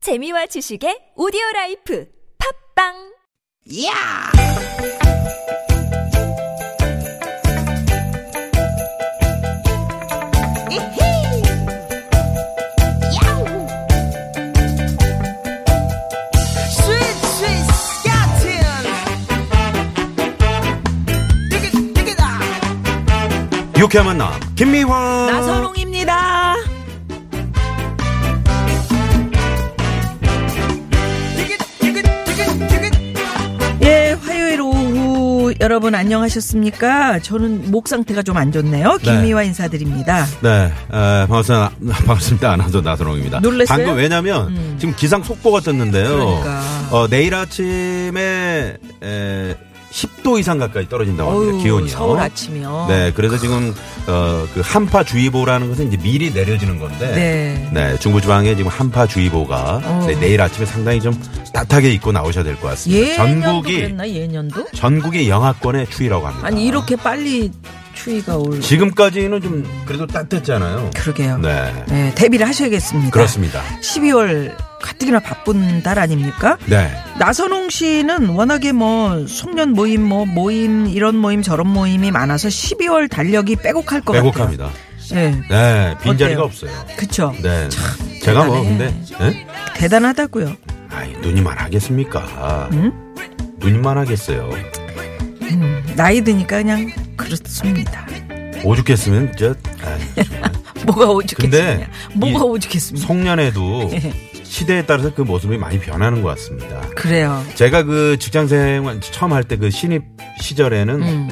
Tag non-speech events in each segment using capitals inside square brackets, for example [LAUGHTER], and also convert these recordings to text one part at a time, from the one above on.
재미와 지식의 오디오 라이프 팝빵 야! 이히! 야우! 스윗, 스윗, 스캇틴! 디귿, 디귿아! 유쾌한 만남 김미화 나선홍입니다. 디귿, 디귿, 디귿, 디귿. 예, 화요일 오후 여러분 안녕하셨습니까? 저는 목 상태가 좀 안 좋네요. 네. 김미화 인사드립니다. 네 에, 반갑습니다 [LAUGHS] 반갑습니다 아나운서 나선홍입니다 놀랐어요? 음. 방금 왜냐면 지금 기상 속보가 떴는데요 그러니까. 어, 내일 아침에 에, 10도 이상 가까이 떨어진다고 합니다 어휴, 기온이요 서울 아침이요. 네 그래서 지금 어, 그 한파주의보라는 것은 이제 미리 내려지는 건데 네. 네, 중부지방에 지금 한파주의보가 어. 네, 내일 아침에 상당히 좀 따뜻하게 입고 나오셔야 될 것 같습니다 예년도 전국이 그랬나? 예년도? 전국의 영하권의 추위라고 합니다 아니 이렇게 빨리 추위가 올 지금까지는 좀 그래도 따뜻했잖아요. 그러게요. 네. 네. 대비를 하셔야겠습니다. 그렇습니다. 12월 가뜩이나 바쁜 달 아닙니까? 네. 나선홍 씨는 워낙에 뭐 송년 모임 뭐 모임 이런 모임 저런 모임이 많아서 12월 달력이 빼곡할 것 빼곡합니다. 같아요. 예. 네. 빈자리가 어때요? 없어요. 그쵸 네. 제가 뭐 근데 대단해. 예? 대단하다고요. 아이, 누님만 하겠습니까? 누님만 하겠어요. 나이 드니까 그냥 그렇습니다. 오죽했으면 저 [LAUGHS] 아이, 뭐가 오죽했습니까? 근데 이- 뭐가 오죽했습니까? 송년회도 예. 시대에 따라서 그 모습이 많이 변하는 것 같습니다. 그래요. 제가 그 직장생활 처음 할 때 그 신입 시절에는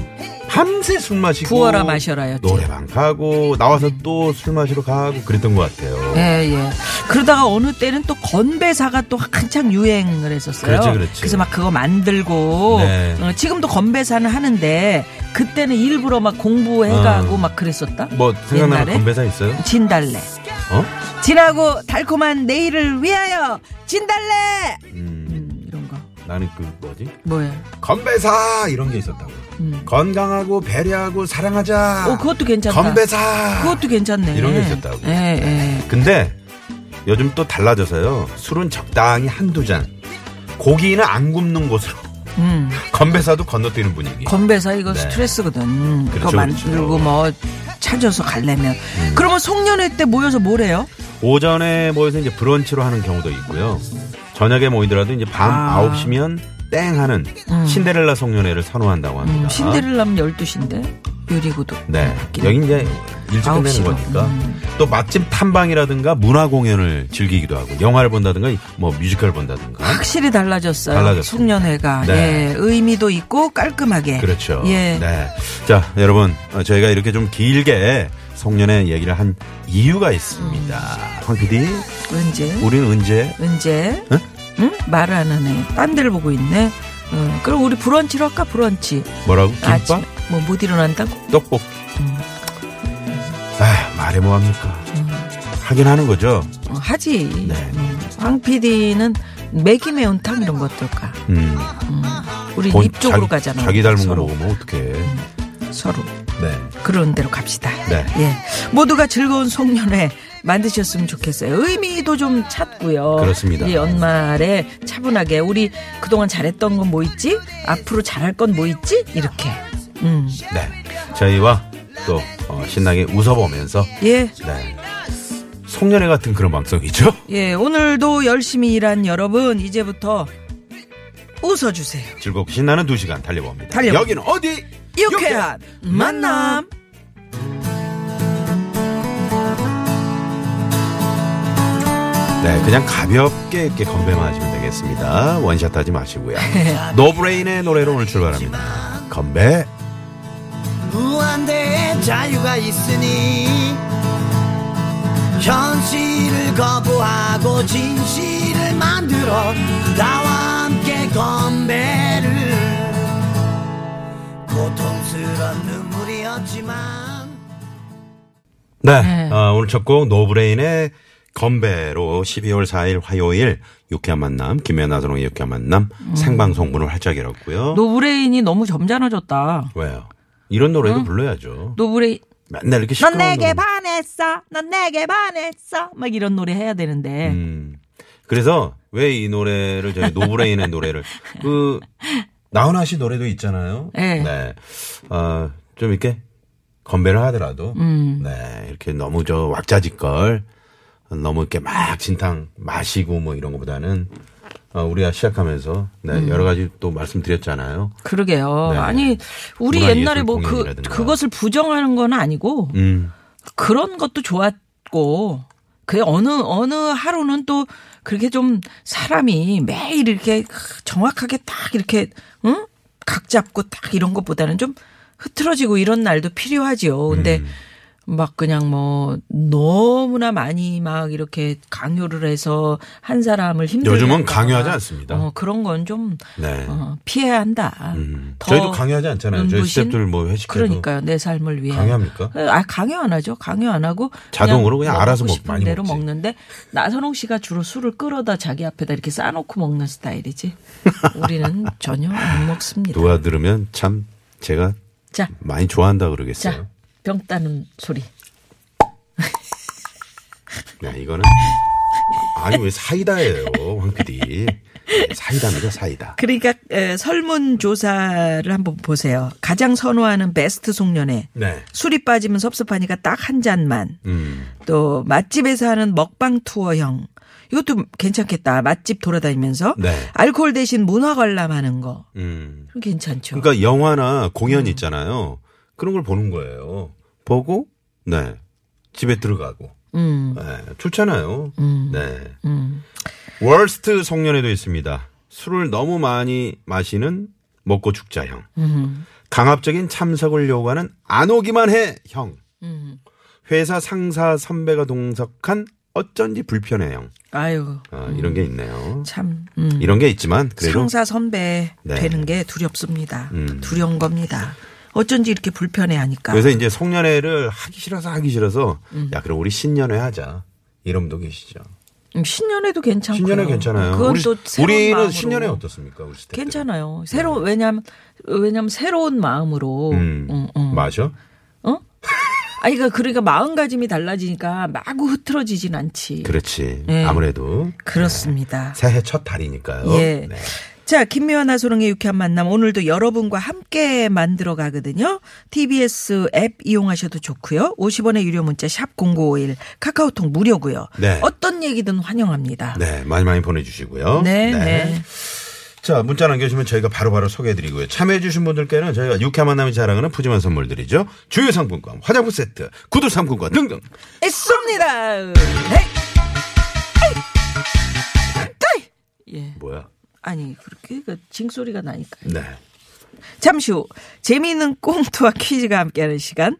밤새 술 마시고 음. 부어라 마셔라였죠. 노래방 가고 나와서 또 술 마시러 가고 그랬던 것 같아요. 예, 예. 그러다가 어느 때는 또 건배사가 또 한창 유행을 했었어요. 그렇지, 그렇지. 래서막 그거 만들고 네. 어, 지금도 건배사는 하는데 그때는 일부러 막 공부해가고 막 그랬었다. 어. 뭐 생각나는 옛날에? 건배사 있어요? 진달래. 어? 진하고 달콤한 내일을 위하여 진달래. 음, 음, 이런 거. 나는 그 뭐지? 뭐예요? 건배사 이런 게 있었다고. 음. 건강하고 배려하고 사랑하자. 어, 그것도 괜찮다. 아, 건배사. 그것도 괜찮네. 이런 게 있었다고. 예, 예. 근데 요즘 또 달라져서요. 술은 적당히 한두 잔. 고기는 안 굽는 곳으로. [LAUGHS] 음. 건배사도 건너뛰는 분위기. 건배사 이거 네. 스트레스거든. 그거 그렇죠, 음. 만들고 그렇죠. 뭐 찾아서 가려면. 그러면 송년회 때 모여서 뭐래요? 오전에 모여서 이제 브런치로 하는 경우도 있고요. 저녁에 모이더라도 이제 밤 아. 아. 9시면 땡 하는 신데렐라 송년회를 선호한다고 합니다. 음, 신데렐라면 12시인데. 유리구도. 아. 네. 바뀌네. 여기 이제 일찍 아홉 끝내는 시로. 거니까. 음. 또 맛집 탐방이라든가 문화 공연을 즐기기도 하고 영화를 본다든가 뭐 뮤지컬 본다든가. 확실히 달라졌어요. 달라졌습니다. 송년회가. 네. 예. 의미도 있고 깔끔하게. 그렇죠. 예. 네. 자, 여러분, 어, 저희가 이렇게 좀 길게 송년회 얘기를 한 이유가 있습니다. 음. 황 PD, 언제? 우리는 언제? 언제? 응? 응? 말을 안 하네. 딴 데를 보고 있네. 어, 그럼 우리 브런치로 할까? 브런치. 뭐라고? 김밥? 아침에 음. 뭐 못 일어난다고? 떡볶이. 아, 말해 뭐합니까? 음. 하긴 하는 거죠. 어, 하지. 네. 음, 황 PD는 매기 매운탕 이런 거 어떨까? 음. 우리 본- 입 쪽으로 자기- 가잖아. 자기 닮은 거 서로, 음. 먹으면 어떡해. 서로 네. 그런 대로 갑시다. 네. 예. 모두가 즐거운 송년회 만드셨으면 좋겠어요. 의미도 좀 찾고요. 그렇습니다. 이 연말에 차분하게 우리 그동안 잘했던 건 뭐 있지? 앞으로 잘할 건 뭐 있지? 이렇게. 음. 네. 저희와 또 어, 신나게 웃어보면서 예. 네. 송년회 같은 그런 방송이죠. 예. 오늘도 열심히 일한 여러분 이제부터 웃어 주세요. 즐겁고 신나는 두 시간 달려봅니다. 달려봅니다. 여기는 어디? 유쾌한 만남. 네, 그냥 가볍게 이렇게 건배만 하시면 되겠습니다. 원샷 하지 마시고요. 노브레인의 노래로 오늘 출발합니다. 건배. 무한대의 자유가 있으니 현실을 거부하고 진실을 만들어 나와 함께 건배를 고통스런 눈물이었지만 네, 네. 어, 오늘 첫 곡 노브레인의 건배로 12월 4일 화요일 유쾌한 만남 김연아 선홍의 유쾌한 만남 생방송 문을 활짝 열었고요. 음. 노브레인이 너무 점잖아졌다. 왜요? 이런 노래도 불러야죠. 음. 노브레인. 맨날 이렇게 시끄러운 넌 내게 노래. 네. 반했어. 넌 내게 반했어. 막 이런 노래 해야 되는데. 음. 그래서 왜 이 노래를 저희 노브레인의 [LAUGHS] 노래를 그 나훈아 씨 노래도 있잖아요. 네. 어, 좀 이렇게 건배를 하더라도 음. 네 이렇게 너무 저 왁자지껄 너무 이렇게 막 진탕 마시고 뭐 이런 것보다는 어, 우리가 시작하면서 네, 음. 여러 가지 또 말씀드렸잖아요. 그러게요. 네. 아니 우리 문화예술 옛날에 뭐 그 공연이라든가. 그것을 부정하는 건 아니고 음. 그런 것도 좋았고 그 어느 어느 하루는 또 그렇게 좀 사람이 매일 이렇게 정확하게 딱 이렇게 응 각 잡고 딱 이런 것보다는 좀 흐트러지고 이런 날도 필요하지요. 음. 근데 막 그냥 뭐 너무나 많이 막 이렇게 강요를 해서 한 사람을 힘들게 요즘은 한다거나 강요하지 않습니다. 어, 그런 건좀 네. 음. 어, 피해야 한다. 더 저희도 강요하지 않잖아요. 저희 눈부신? 스태프들 뭐 회식해도 그러니까요. 내 삶을 위해. 강요합니까? 아, 강요 안 하죠. 강요 안 하고 자동으로 그냥 먹고 알아서 먹- 싶은 많이 대로 먹지. 먹는데 나선홍 씨가 주로 술을 끌어다 자기 앞에다 이렇게 싸놓고 먹는 [LAUGHS] 스타일이지. 우리는 전혀 안 먹습니다. 누가 들으면 참 제가 자, 많이 좋아한다 그러겠어요. 자, 병 따는 소리. 야, 네, 이거는 아니 왜 사이다예요, 황 PD. 네, 사이다입니다, 사이다. 그러니까 에, 설문조사를 한번 보세요. 가장 선호하는 베스트 송년회. 네. 술이 빠지면 섭섭하니까 딱 한 잔만. 음. 또 맛집에서 하는 먹방 투어형. 이것도 괜찮겠다. 맛집 돌아다니면서 네. 알코올 대신 문화 관람하는 거. 음. 그럼 괜찮죠. 그러니까 영화나 음. 공연 있잖아요. 그런 걸 보는 거예요. 보고 네. 집에 들어가고. 음. 네, 좋잖아요. 네. 음. 월스트 송년회도 있습니다. 술을 너무 많이 마시는 먹고 죽자형. 음. 강압적인 참석을 요구하는 안 오기만 해 형. 음. 회사 상사 선배가 동석한 어쩐지 불편해 형. 아유. 아, 이런 게 있네요. 음. 참. 음. 이런 게 있지만 그래도 상사 선배 네. 되는 게 두렵습니다. 음. 두려운 겁니다. 어쩐지 이렇게 불편해 하니까. 그래서 이제 송년회를 하기 싫어서 하기 싫어서 야 그럼 우리 신년회 하자. 이런 분도 계시죠. 음, 신년회도 괜찮고. 신년회 괜찮아요. 그건 우리, 또 새로운 우리는 마음으로. 신년회 어떻습니까? 우리 스태프들. 괜찮아요. 새로 왜냐면 왜냐면 새로운 마음으로. 음. 음, 음. 마셔? 아니 그러니까, 그러니까 마음가짐이 달라지니까 마구 흐트러지진 않지. 그렇지. 네. 아무래도 그렇습니다. 새해 첫 달이니까요. 예. 네. 자, 김미화나 소롱의 유쾌한 만남 오늘도 여러분과 함께 만들어 가거든요. TBS 앱 이용하셔도 좋고요. 50원의 유료 문자 샵 #0951 카카오톡 무료고요. 네. 어떤 얘기든 환영합니다. 네, 많이 많이 보내주시고요. 네, 네. 자, 문자 남겨주시면 저희가 바로바로 소개해드리고요. 참여해주신 분들께는 저희가 육회 만남이 자랑하는 푸짐한 선물들이죠. 주요 상품권, 화장품 세트, 구두 상품권 등등. 있습니다. 네. 에이. 에이. 예. 뭐야? 아니 그렇게 그 징소리가 나니까. 네. 잠시 후 재미있는 꽁트와 퀴즈가 함께하는 시간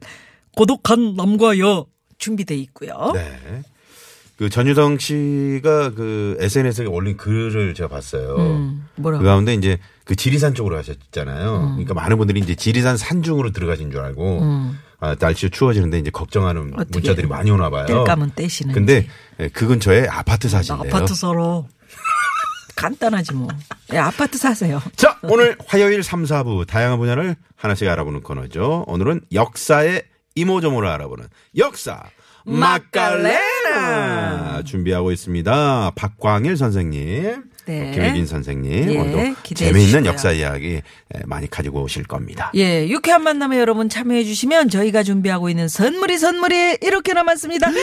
고독한 남과 여 준비돼 있고요. 네. 그 전유성 씨가 그 SNS에 올린 글을 제가 봤어요. 음, 뭐라고? 그 가운데 이제 그 지리산 쪽으로 가셨잖아요. 음. 그러니까 많은 분들이 이제 지리산 산중으로 들어가신 줄 알고 아, 날씨가 추워지는데 이제 걱정하는 음. 어떻게 문자들이 많이 오나 봐요. 뗄감은 떼시는지. 근데 예, 그 근처에 아파트 나 사신대요. 아파트 서러 간단하지 뭐. 예, 아파트 사세요. 자, 오늘 화요일 3, 4부 다양한 분야를 하나씩 알아보는 코너죠. 오늘은 역사의 이모저모를 알아보는 역사 마카레나 준비하고 있습니다. 박광일 선생님, 네. 김혜빈 선생님 예, 오늘도 기대해 재미있는 주시고요. 역사 이야기 예, 많이 가지고 오실 겁니다. 예, 유쾌한 만남에 여러분 참여해 주시면 저희가 준비하고 있는 선물이 선물이 이렇게 남았습니다. 음.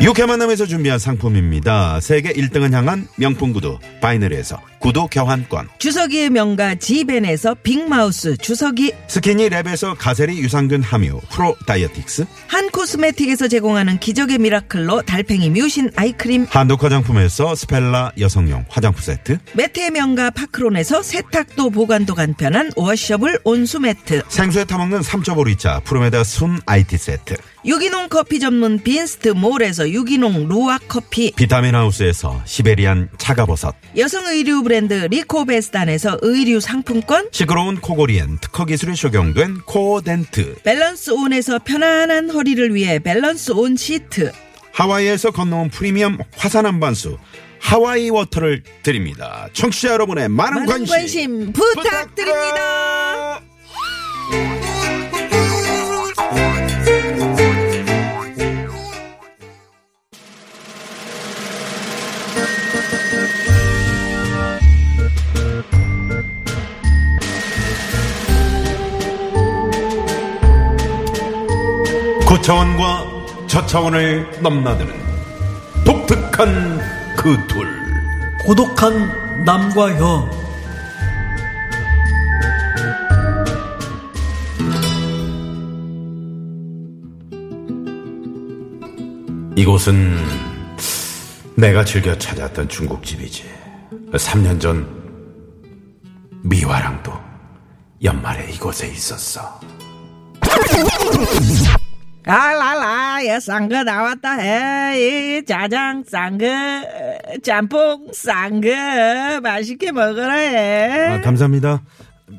육회 만남에서 준비한 상품입니다. 세계 1등을 향한 명품 구두 바이너리에서 구두 교환권. 주석이의 명가 지벤에서 빅마우스 주석이 스키니랩에서 가세리 유산균 함유 프로 다이어틱스 한 코스메틱에서 제공하는 기적의 미라클로 달팽이 뮤신 아이크림 한독 화장품에서 스펠라 여성용 화장품 세트 매트의 명가 파크론에서 세탁도 보관도 간편한 워셔블 온수 매트 생수에 타먹는 삼초보리차 프로메다 순 IT 세트 유기농 커피 전문 빈스트 몰에서 유기농 루아 커피 비타민 하우스에서 시베리안 차가버섯 여성 의류 브랜드 리코베스단에서 의류 상품권 시끄러운 코골이엔 특허 기술이 적용된 코어덴트 밸런스 온에서 편안한 허리를 위해 밸런스 온 시트 하와이에서 건너온 프리미엄 화산 한반수 하와이 워터를 드립니다 청취자 여러분의 많은, 많은 관심 부탁드립니다 부탁드립니다 고차원과 저차원을 넘나드는 독특한 그 둘. 고독한 남과 여 이곳은 내가 즐겨 찾았던 중국집이지. 3년 전 미화랑도 연말에 이곳에 있었어. 알알아 야 쌍거 나왔다 해이 짜장 쌍거 짬뽕 쌍거 맛있게 먹어라 해. 아, 감사합니다.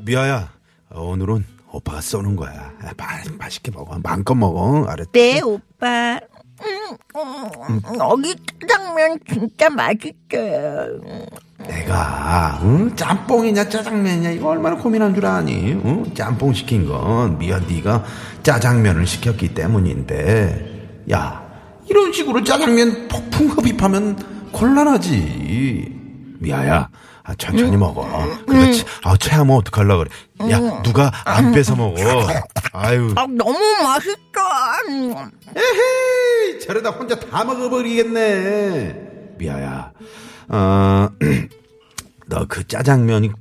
미화야, 오늘은 오빠가 쏘는 거야. 아, 맛있게 먹어. 마음껏 먹어. 알았지? 네 오빠. 음, 음, 여기 짜장면 진짜 맛있어요. 내가 응? 짬뽕이냐 짜장면이냐 이거 얼마나 고민한 줄 아니? 응? 짬뽕 시킨 건 미안 네가 짜장면을 시켰기 때문인데 야 이런 식으로 짜장면 폭풍 흡입하면 곤란하지 미아야 아, 천천히 먹어 그렇지 아, 체하면 어떡할라 그래 야 누가 안 뺏어 먹어 아유 아, 너무 맛있어. 음. 에헤이 저러다 혼자 다 먹어버리겠네 미아야 어, [CLEARS THROAT] 너 그 짜장면이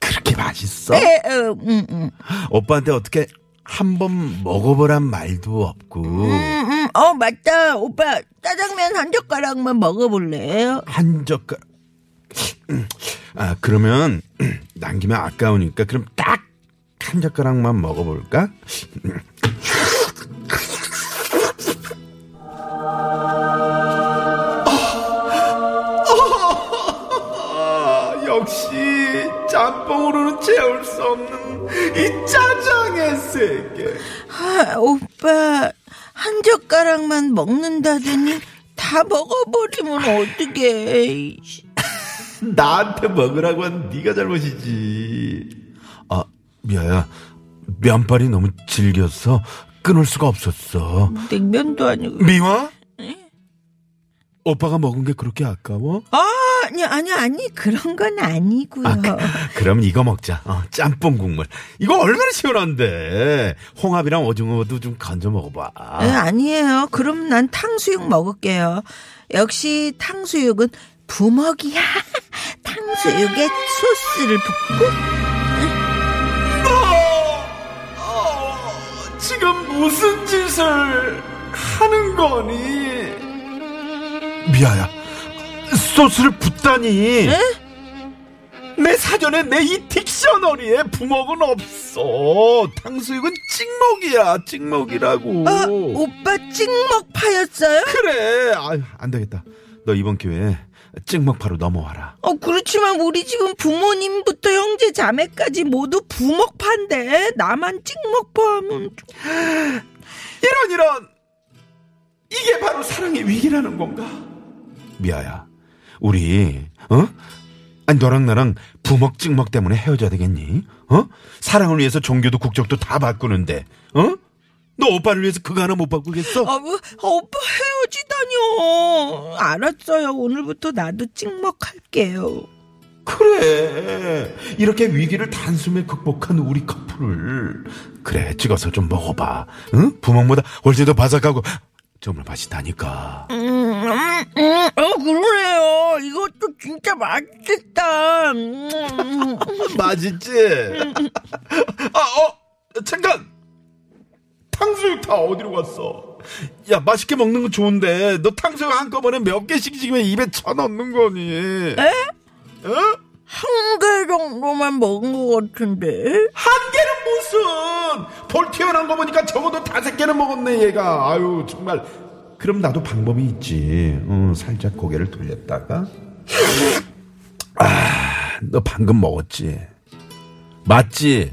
그렇게 맛있어? 에, 어, 음, 음, 오빠한테 어떻게 한 번 먹어보란 말도 없고 음, 음. 어 맞다 오빠 짜장면 한 젓가락만 먹어볼래요? 한 젓가락 음, 아 그러면 남기면 아까우니까 그럼 딱 한 젓가락만 먹어볼까? 아, 역시 짬뽕으로는 채울 수 없는 이 짜장의 세계. 아, 오빠 한 젓가락만 먹는다더니 다 먹어버리면 어떡해 나한테 먹으라고 한 네가 잘못이지. 아, 미아야. 면발이 너무 질겨서 끊을 수가 없었어. 냉면도 아니고 미화? 오빠가 먹은 게 그렇게 아까워? 아 아니 아니 아니 그런 건 아니고요 그럼 이거 먹자. 어, 짬뽕 국물. 이거 얼마나 시원한데. 홍합이랑 오징어도 좀 건져 먹어봐. 아. 음. 아니에요 그럼 난 탕수육 먹을게요 역시 탕수육은 부먹이야 [LAUGHS] 탕수육에 소스를 붓고 어, 지금 무슨 짓을 하는 거니? 미아야, 소스를 붓다니. 내 사전에 내 이 딕셔너리에 부먹은 없어. 탕수육은 찍먹이야, 찍먹이라고. 아, 오빠 찍먹파였어요? 그래. 아유, 안 되겠다. 너 이번 기회에 찍먹파로 넘어와라. 어, 그렇지만 우리 집은 부모님부터 형제 자매까지 모두 부먹파인데 나만 찍먹파 하면 좀- 이런 이런 이게 바로 사랑의 위기라는 건가? 미아야, 우리 어? 아니 너랑 나랑 부먹 찍먹 때문에 헤어져야 되겠니? 어? 사랑을 위해서 종교도 국적도 다 바꾸는데, 어? 너 오빠를 위해서 그거 하나 못 바꾸겠어? 어, 뭐, 아, 오빠 헤어지다뇨 알았어요 오늘부터 나도 찍먹할게요 그래. 이렇게 위기를 단숨에 극복한 우리 커플을 그래 찍어서 좀 먹어봐. 응? 부먹보다 훨씬 더 바삭하고 아, 정말 맛있다니까. 음, 음, 음, 어 그러네요 이것도 진짜 맛있겠다 음, 음. 맛있지? 아, 어, 잠깐. 탕수육 다 어디로 갔어? 야 맛있게 먹는 건 좋은데 너 탕수육 한꺼번에 몇 개씩 지금 입에 쳐 넣는 거니? 한 개 정도만 먹은 것 같은데 한 개는 무슨? 볼 튀어나온 거 보니까 적어도 다섯 개는 먹었네 얘가. 아유 정말. 그럼 나도 방법이 있지. 어, 살짝 고개를 돌렸다가. 아, 너 방금 먹었지? 맞지?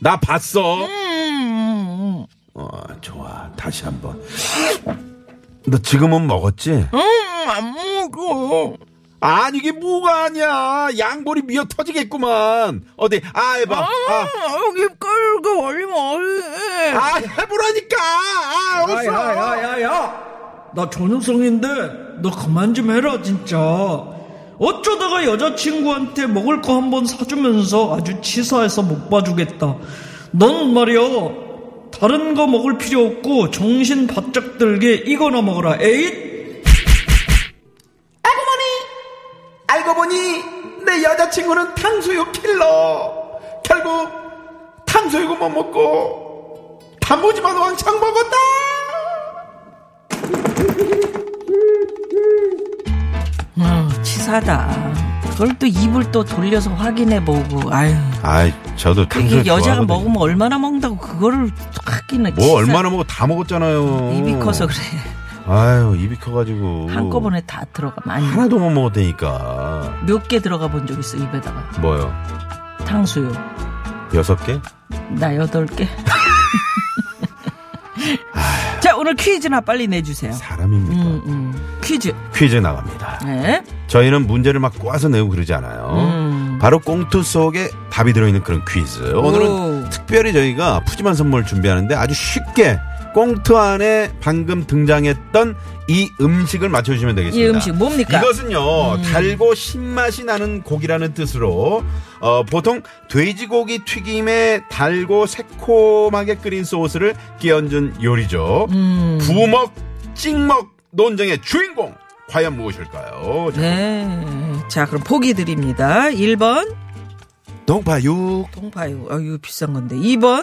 나 봤어. 음. 어, 좋아. 다시 한 번. 너 지금은 먹었지? 음안 먹어 아니, 이게 뭐가 아니야. 양볼이 미어 터지겠구만. 어디, 아, 해봐. 아, 아, 입가루가 걸리면 어리 아, 해보라니까. 아, 어서. 야야야야야 아! 나 전효성인데 너 그만 좀 해라 진짜 어쩌다가 여자친구한테 먹을 거 한 번 사주면서 아주 치사해서 못 봐주겠다 넌 말이야 다 다른 거 먹을 필요 없고 정신 바짝 들게 이거나 먹어라. 에잇! 알고 보니 내 여자친구는 탕수육 킬러. 결국 탕수육은 못 먹고 단무지만 왕창 먹었다. 어, 치사하다. 그걸 또 입을 또 돌려서 확인해보고, 아유. 아이, 저도 탕수육 그게 여자가 좋아하거든요. 먹으면 얼마나 먹는다고 그거를 확인을. 뭐 얼마나 어. 먹어 다 먹었잖아요. 입이 커서 그래. 아유, 입이 커가지고. 한꺼번에 다 들어가. 많이. 하나도 못 먹었다니까. 몇 개 들어가 본 적 있어, 입에다가. 뭐요? 탕수육. 여섯 개? 나 여덟 개. 자, 오늘 퀴즈나 빨리 내주세요. 사람입니까? 음, 음. 퀴즈. 퀴즈 나갑니다. 네. 저희는 문제를 막 꼬아서 내고 그러지 않아요. 음. 바로 꽁투 속에 답이 들어있는 그런 퀴즈. 오늘은 오. 특별히 저희가 푸짐한 선물 준비하는데 아주 쉽게 꽁투 안에 방금 등장했던 이 음식을 맞춰주시면 되겠습니다. 이 음식 뭡니까? 음. 이것은요 달고 신맛이 나는 고기라는 뜻으로 어, 보통 돼지고기 튀김에 달고 새콤하게 끓인 소스를 끼얹은 요리죠. 음. 부먹, 찍먹 논쟁의 주인공 과연 무엇일까요? 자, 네. 자, 그럼 보기 드립니다. 1번, 동파육, 동파육. 아유, 비싼 건데. 2번,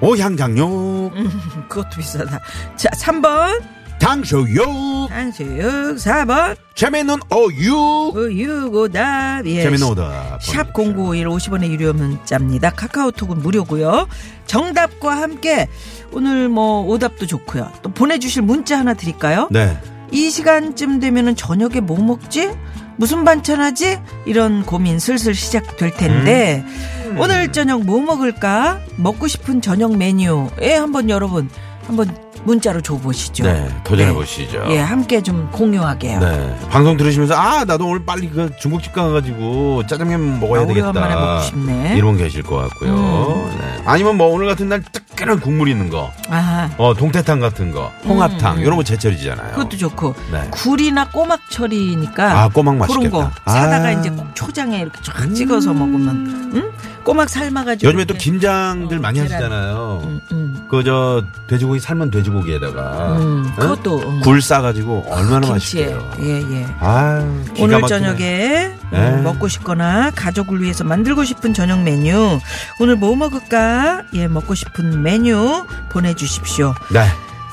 오향장육, 음. 그것도 비싸다. 자, 3번, 당수육, 한수육. 4번, 재밌는 어육. 우유고답. 예. 재밌는 오다. 샵 0951 50원의 유료 문자입니다. 카카오톡은 무료고요. 정답과 함께 오늘 뭐 오답도 좋고요. 또 보내주실 문자 하나 드릴까요? 네. 이 시간쯤 되면은 저녁에 뭐 먹지? 무슨 반찬하지? 이런 고민 슬슬 시작될 텐데 음. 오늘 저녁 뭐 먹을까? 먹고 싶은 저녁 메뉴에 한번 여러분 한번 문자로 줘보시죠. 네. 도전해 보시죠. 예, 함께 좀 공유하게요. 아, 네. 방송 들으시면서 아 나도 오늘 빨리 그 중국집 가가지고 짜장면 먹어야 아, 되겠다. 오래간만에 먹고 싶네. 음. 이런 분 계실 것 같고요. 네. 아니면 뭐 오늘 같은 날 뜨끈한 국물 있는 거, 아, 어 동태탕 같은 거, 홍합탕 이런 거 제철이잖아요. 음. 그것도 좋고 네. 굴이나 꼬막철이니까 아, 꼬막 그런 거 맛있겠다. 사다가 아. 음. 이제 꼭 초장에 이렇게 쫙 찍어서 먹으면 응? 꼬막 삶아가지고 요즘에 또 이렇게. 김장들 어, 많이 계란. 하시잖아요. 음. 그 저 돼지고기 삶은 돼지고기에다가 음, 응? 그것도 음. 어? 굴 싸가지고 얼마나 김치에 맛있게요. 예예 아 기가 오늘 막히네. 저녁에 네. 음, 먹고 싶거나 가족을 위해서 만들고 싶은 저녁 메뉴 오늘 뭐 먹을까 예 먹고 싶은 메뉴 보내주십시오 네.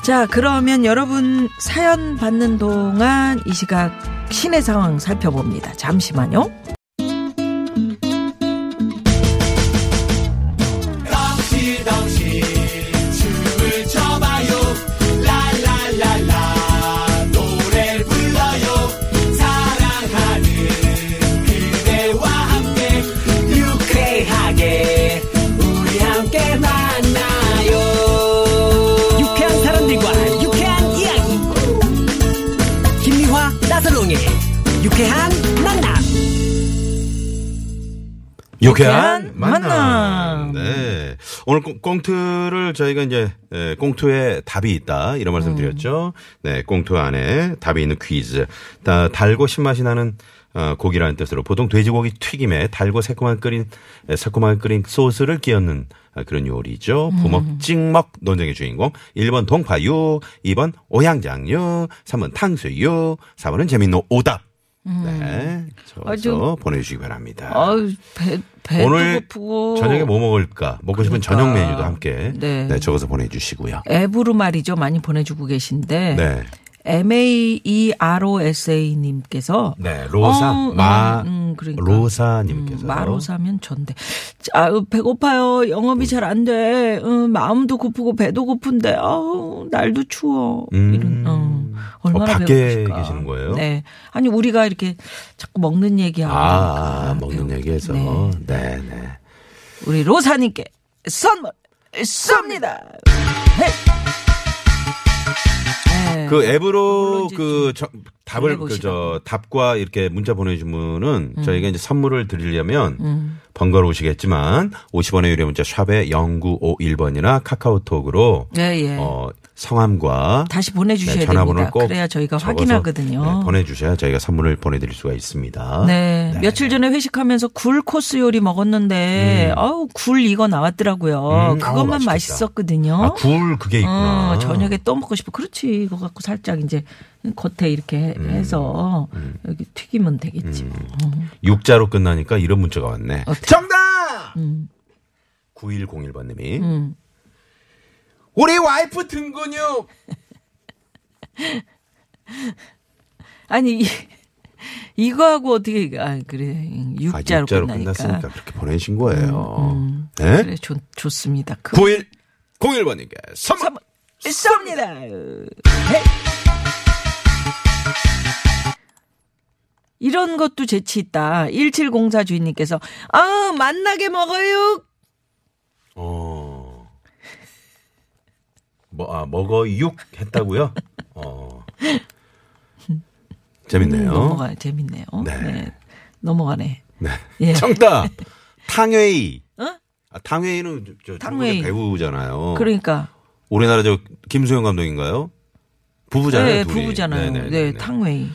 자 그러면 여러분 사연 받는 동안 이 시각 시내 상황 살펴봅니다 잠시만요 유쾌한 사람들과 유쾌한 이야기 김미화 나선롱의 유쾌한 만남 유쾌한 만남. 만남. 네. 오늘 꽁- 꽁트를 저희가 이제 에, 꽁트에 답이 있다 이런 음. 말씀 드렸죠. 네, 꽁트 안에 답이 있는 퀴즈. 다- 달고 신맛이 나는 어, 고기라는 뜻으로 보통 돼지고기 튀김에 달고 새콤한 끓인 에, 새콤하게 끓인 소스를 끼얹는 아, 그런 요리죠. 음. 부먹 찍먹 논쟁의 주인공. 1번 동파육, 2번 오양장육, 3번 탕수육, 4번은 재밌는 오답. 네. 저서 음. 아주- 보내주시기 바랍니다. 아유 배 배도 오늘 네, 고프고 그러니까. 저녁에 뭐 먹을까 먹고 싶은 저녁 메뉴도 함께 네. 네, 적어서 보내주시고요. 앱으로 말이죠. 많이 보내주고 계신데. E 네, MAEROSA님께서. 어, 네 로사 마 그러니까. 음, 로사님께서 마로사면 전데. 아, 배고파요. 영업이 잘 안 돼. 음, 마음도 고프고 배도 고픈데. 아우, 날도 추워. 음. 이런. 어, 얼마나 어, 밖에 배고프실까. 계시는 거예요? 네. 아니 우리가 이렇게 자꾸 먹는 얘기하고. 아, 아, 그러니까 먹는 배고- 얘기에서 네. 네 네. 우리 로사님께 선물 쏩니다. 네. 그 물론 앱으로 이제 그 저, 좀 답을 보내보시라고. 음. 그 저 답과 이렇게 문자 보내주신 분은 저희가 이제 선물을 드리려면 번거로우시겠지만 50원의 유료 문자 샵에 0951번이나 카카오톡으로 예, 예. 어, 성함과 다시 보내주셔야 네, 전화번호를 됩니다. 꼭 그래야 저희가 적어서, 확인하거든요. 네, 보내주셔야 저희가 선물을 보내드릴 수가 있습니다. 네. 며칠 전에 회식하면서 굴 코스 요리 먹었는데, 아우, 굴 이거 나왔더라고요. 음, 아우, 그것만 맛있겠다. 맛있었거든요. 아, 굴 그게 있구나. 어, 저녁에 또 먹고 싶어. 그렇지. 이거 갖고 살짝 이제 겉에 이렇게 해- 음. 해서 여기 튀기면 되겠지. 뭐. 육자로 끝나니까 이런 문자가 왔네. 어떻게? 정답! 음. 9101번님이. 우리 와이프 등 근육! 아니, 이- 이거하고 어떻게, 아, 그래. 아, 육자로, 육자로 끝나니까. 끝났으니까 그렇게 보내신 거예요. 네? 그래, 좋, 좋습니다. 그 9101번님께 선물! 선물 쏩니다. 네. 헤이. 이런 것도 재치 있다. 1704 주인님께서 아 만나게 먹어요. 어. 뭐, 아, 먹어 육 [LAUGHS] 했다고요? 어. 재밌네요. 음, 넘어가 재밌네요. 네. 넘어가네. 네. 예. 정답! 탕웨이. 어? 아, 탕웨이는 저, 저 중국의 탕웨이. 배우잖아요. 그러니까 우리나라 저 김수영 감독인가요? 부부잖아요. 네, 둘이. 부부잖아요. 네 네네네네. 탕웨이.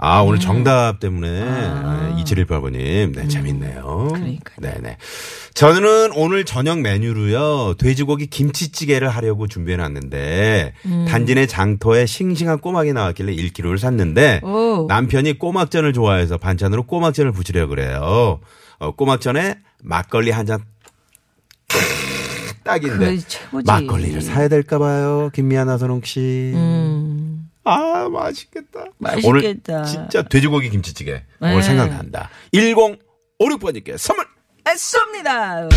아, 음. 오늘 정답 때문에 아. 2718번님. 네, 재밌네요. 그러니까요. 네네. 저는 오늘 저녁 메뉴로요, 돼지고기 김치찌개를 하려고 준비해놨는데, 음. 단지 내 장터에 싱싱한 꼬막이 나왔길래 1kg를 샀는데, 오. 남편이 꼬막전을 좋아해서 반찬으로 꼬막전을 부치려고 그래요. 어, 꼬막전에 막걸리 한 잔 딱인데, 그게 최고지. 네. 막걸리를 사야 될까봐요, 김미아 나선홍 씨. 아, 맛있겠다. 음. 맛있겠다. 오늘 진짜 돼지고기 김치찌개. 네. 오늘 생각난다. 1056번님께 선물! 아, 쏩니다.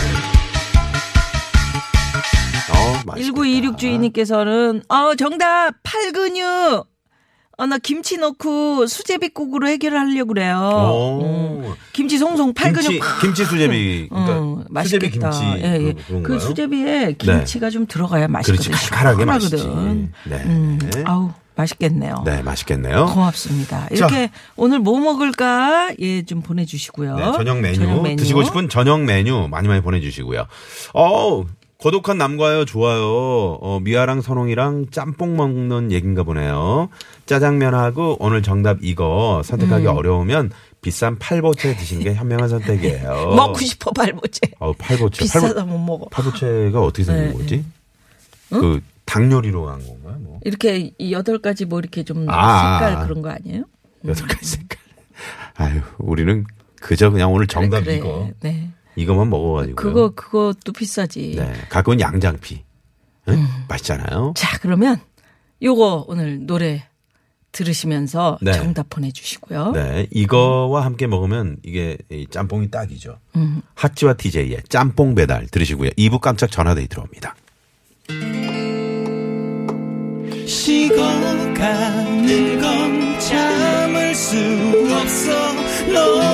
어, 맛있겠다. 1926 주인님께서는 어 정답 팔근육. 어나 김치 넣고 수제비국으로 해결하려고 그래요. 오. 음. 김치 송송 어. 팔근육. 김치, 김치 수제비. 그러니까 어, 수제비 맛있겠다. 김치. 예, 그- 예. 그런가요? 그 수제비에 김치가 좀 들어가야 맛있거든. 그렇지. 칼칼하게 맛있지. 네. 음, 아우 맛있겠네요. 네, 맛있겠네요. 고맙습니다. 이렇게 오늘 뭐 먹을까 예 좀 보내주시고요. 네, 저녁 메뉴. 저녁 메뉴. 드시고 싶은 저녁 메뉴 많이 많이 보내주시고요. 어 고독한 남과요 좋아요. 어, 미아랑 선홍이랑 짬뽕 먹는 얘긴가 보네요. 짜장면하고 오늘 정답 이거 선택하기 음. 어려우면 비싼 팔보채 드시는 게 현명한 선택이에요. [LAUGHS] 먹고 싶어 발모제. 어, 팔보채. 비싸다 못 먹어. 팔보채가 어떻게 생긴 네. 거지? 그 당뇨리로 한 건가요? 뭐 이렇게 이 여덟 가지 뭐 이렇게 좀 아, 색깔 아, 아. 그런 거 아니에요? 여덟 가지 음. 색깔. 아유, 우리는 그저 그냥 오늘 정답 그래. 이거 네. 이거만 먹어가지고 그거 그것도 비싸지. 네. 가끔은 양장피. 응? 맛있잖아요. 자 그러면 요거 오늘 노래 들으시면서 네. 정답 보내주시고요. 네. 이거와 함께 먹으면 이게 이 짬뽕이 딱이죠. 핫지와 TJ의 짬뽕 배달 들으시고요. 2부 깜짝 전화데이트로 옵니다. 식어가는 건 참을 수 없어 너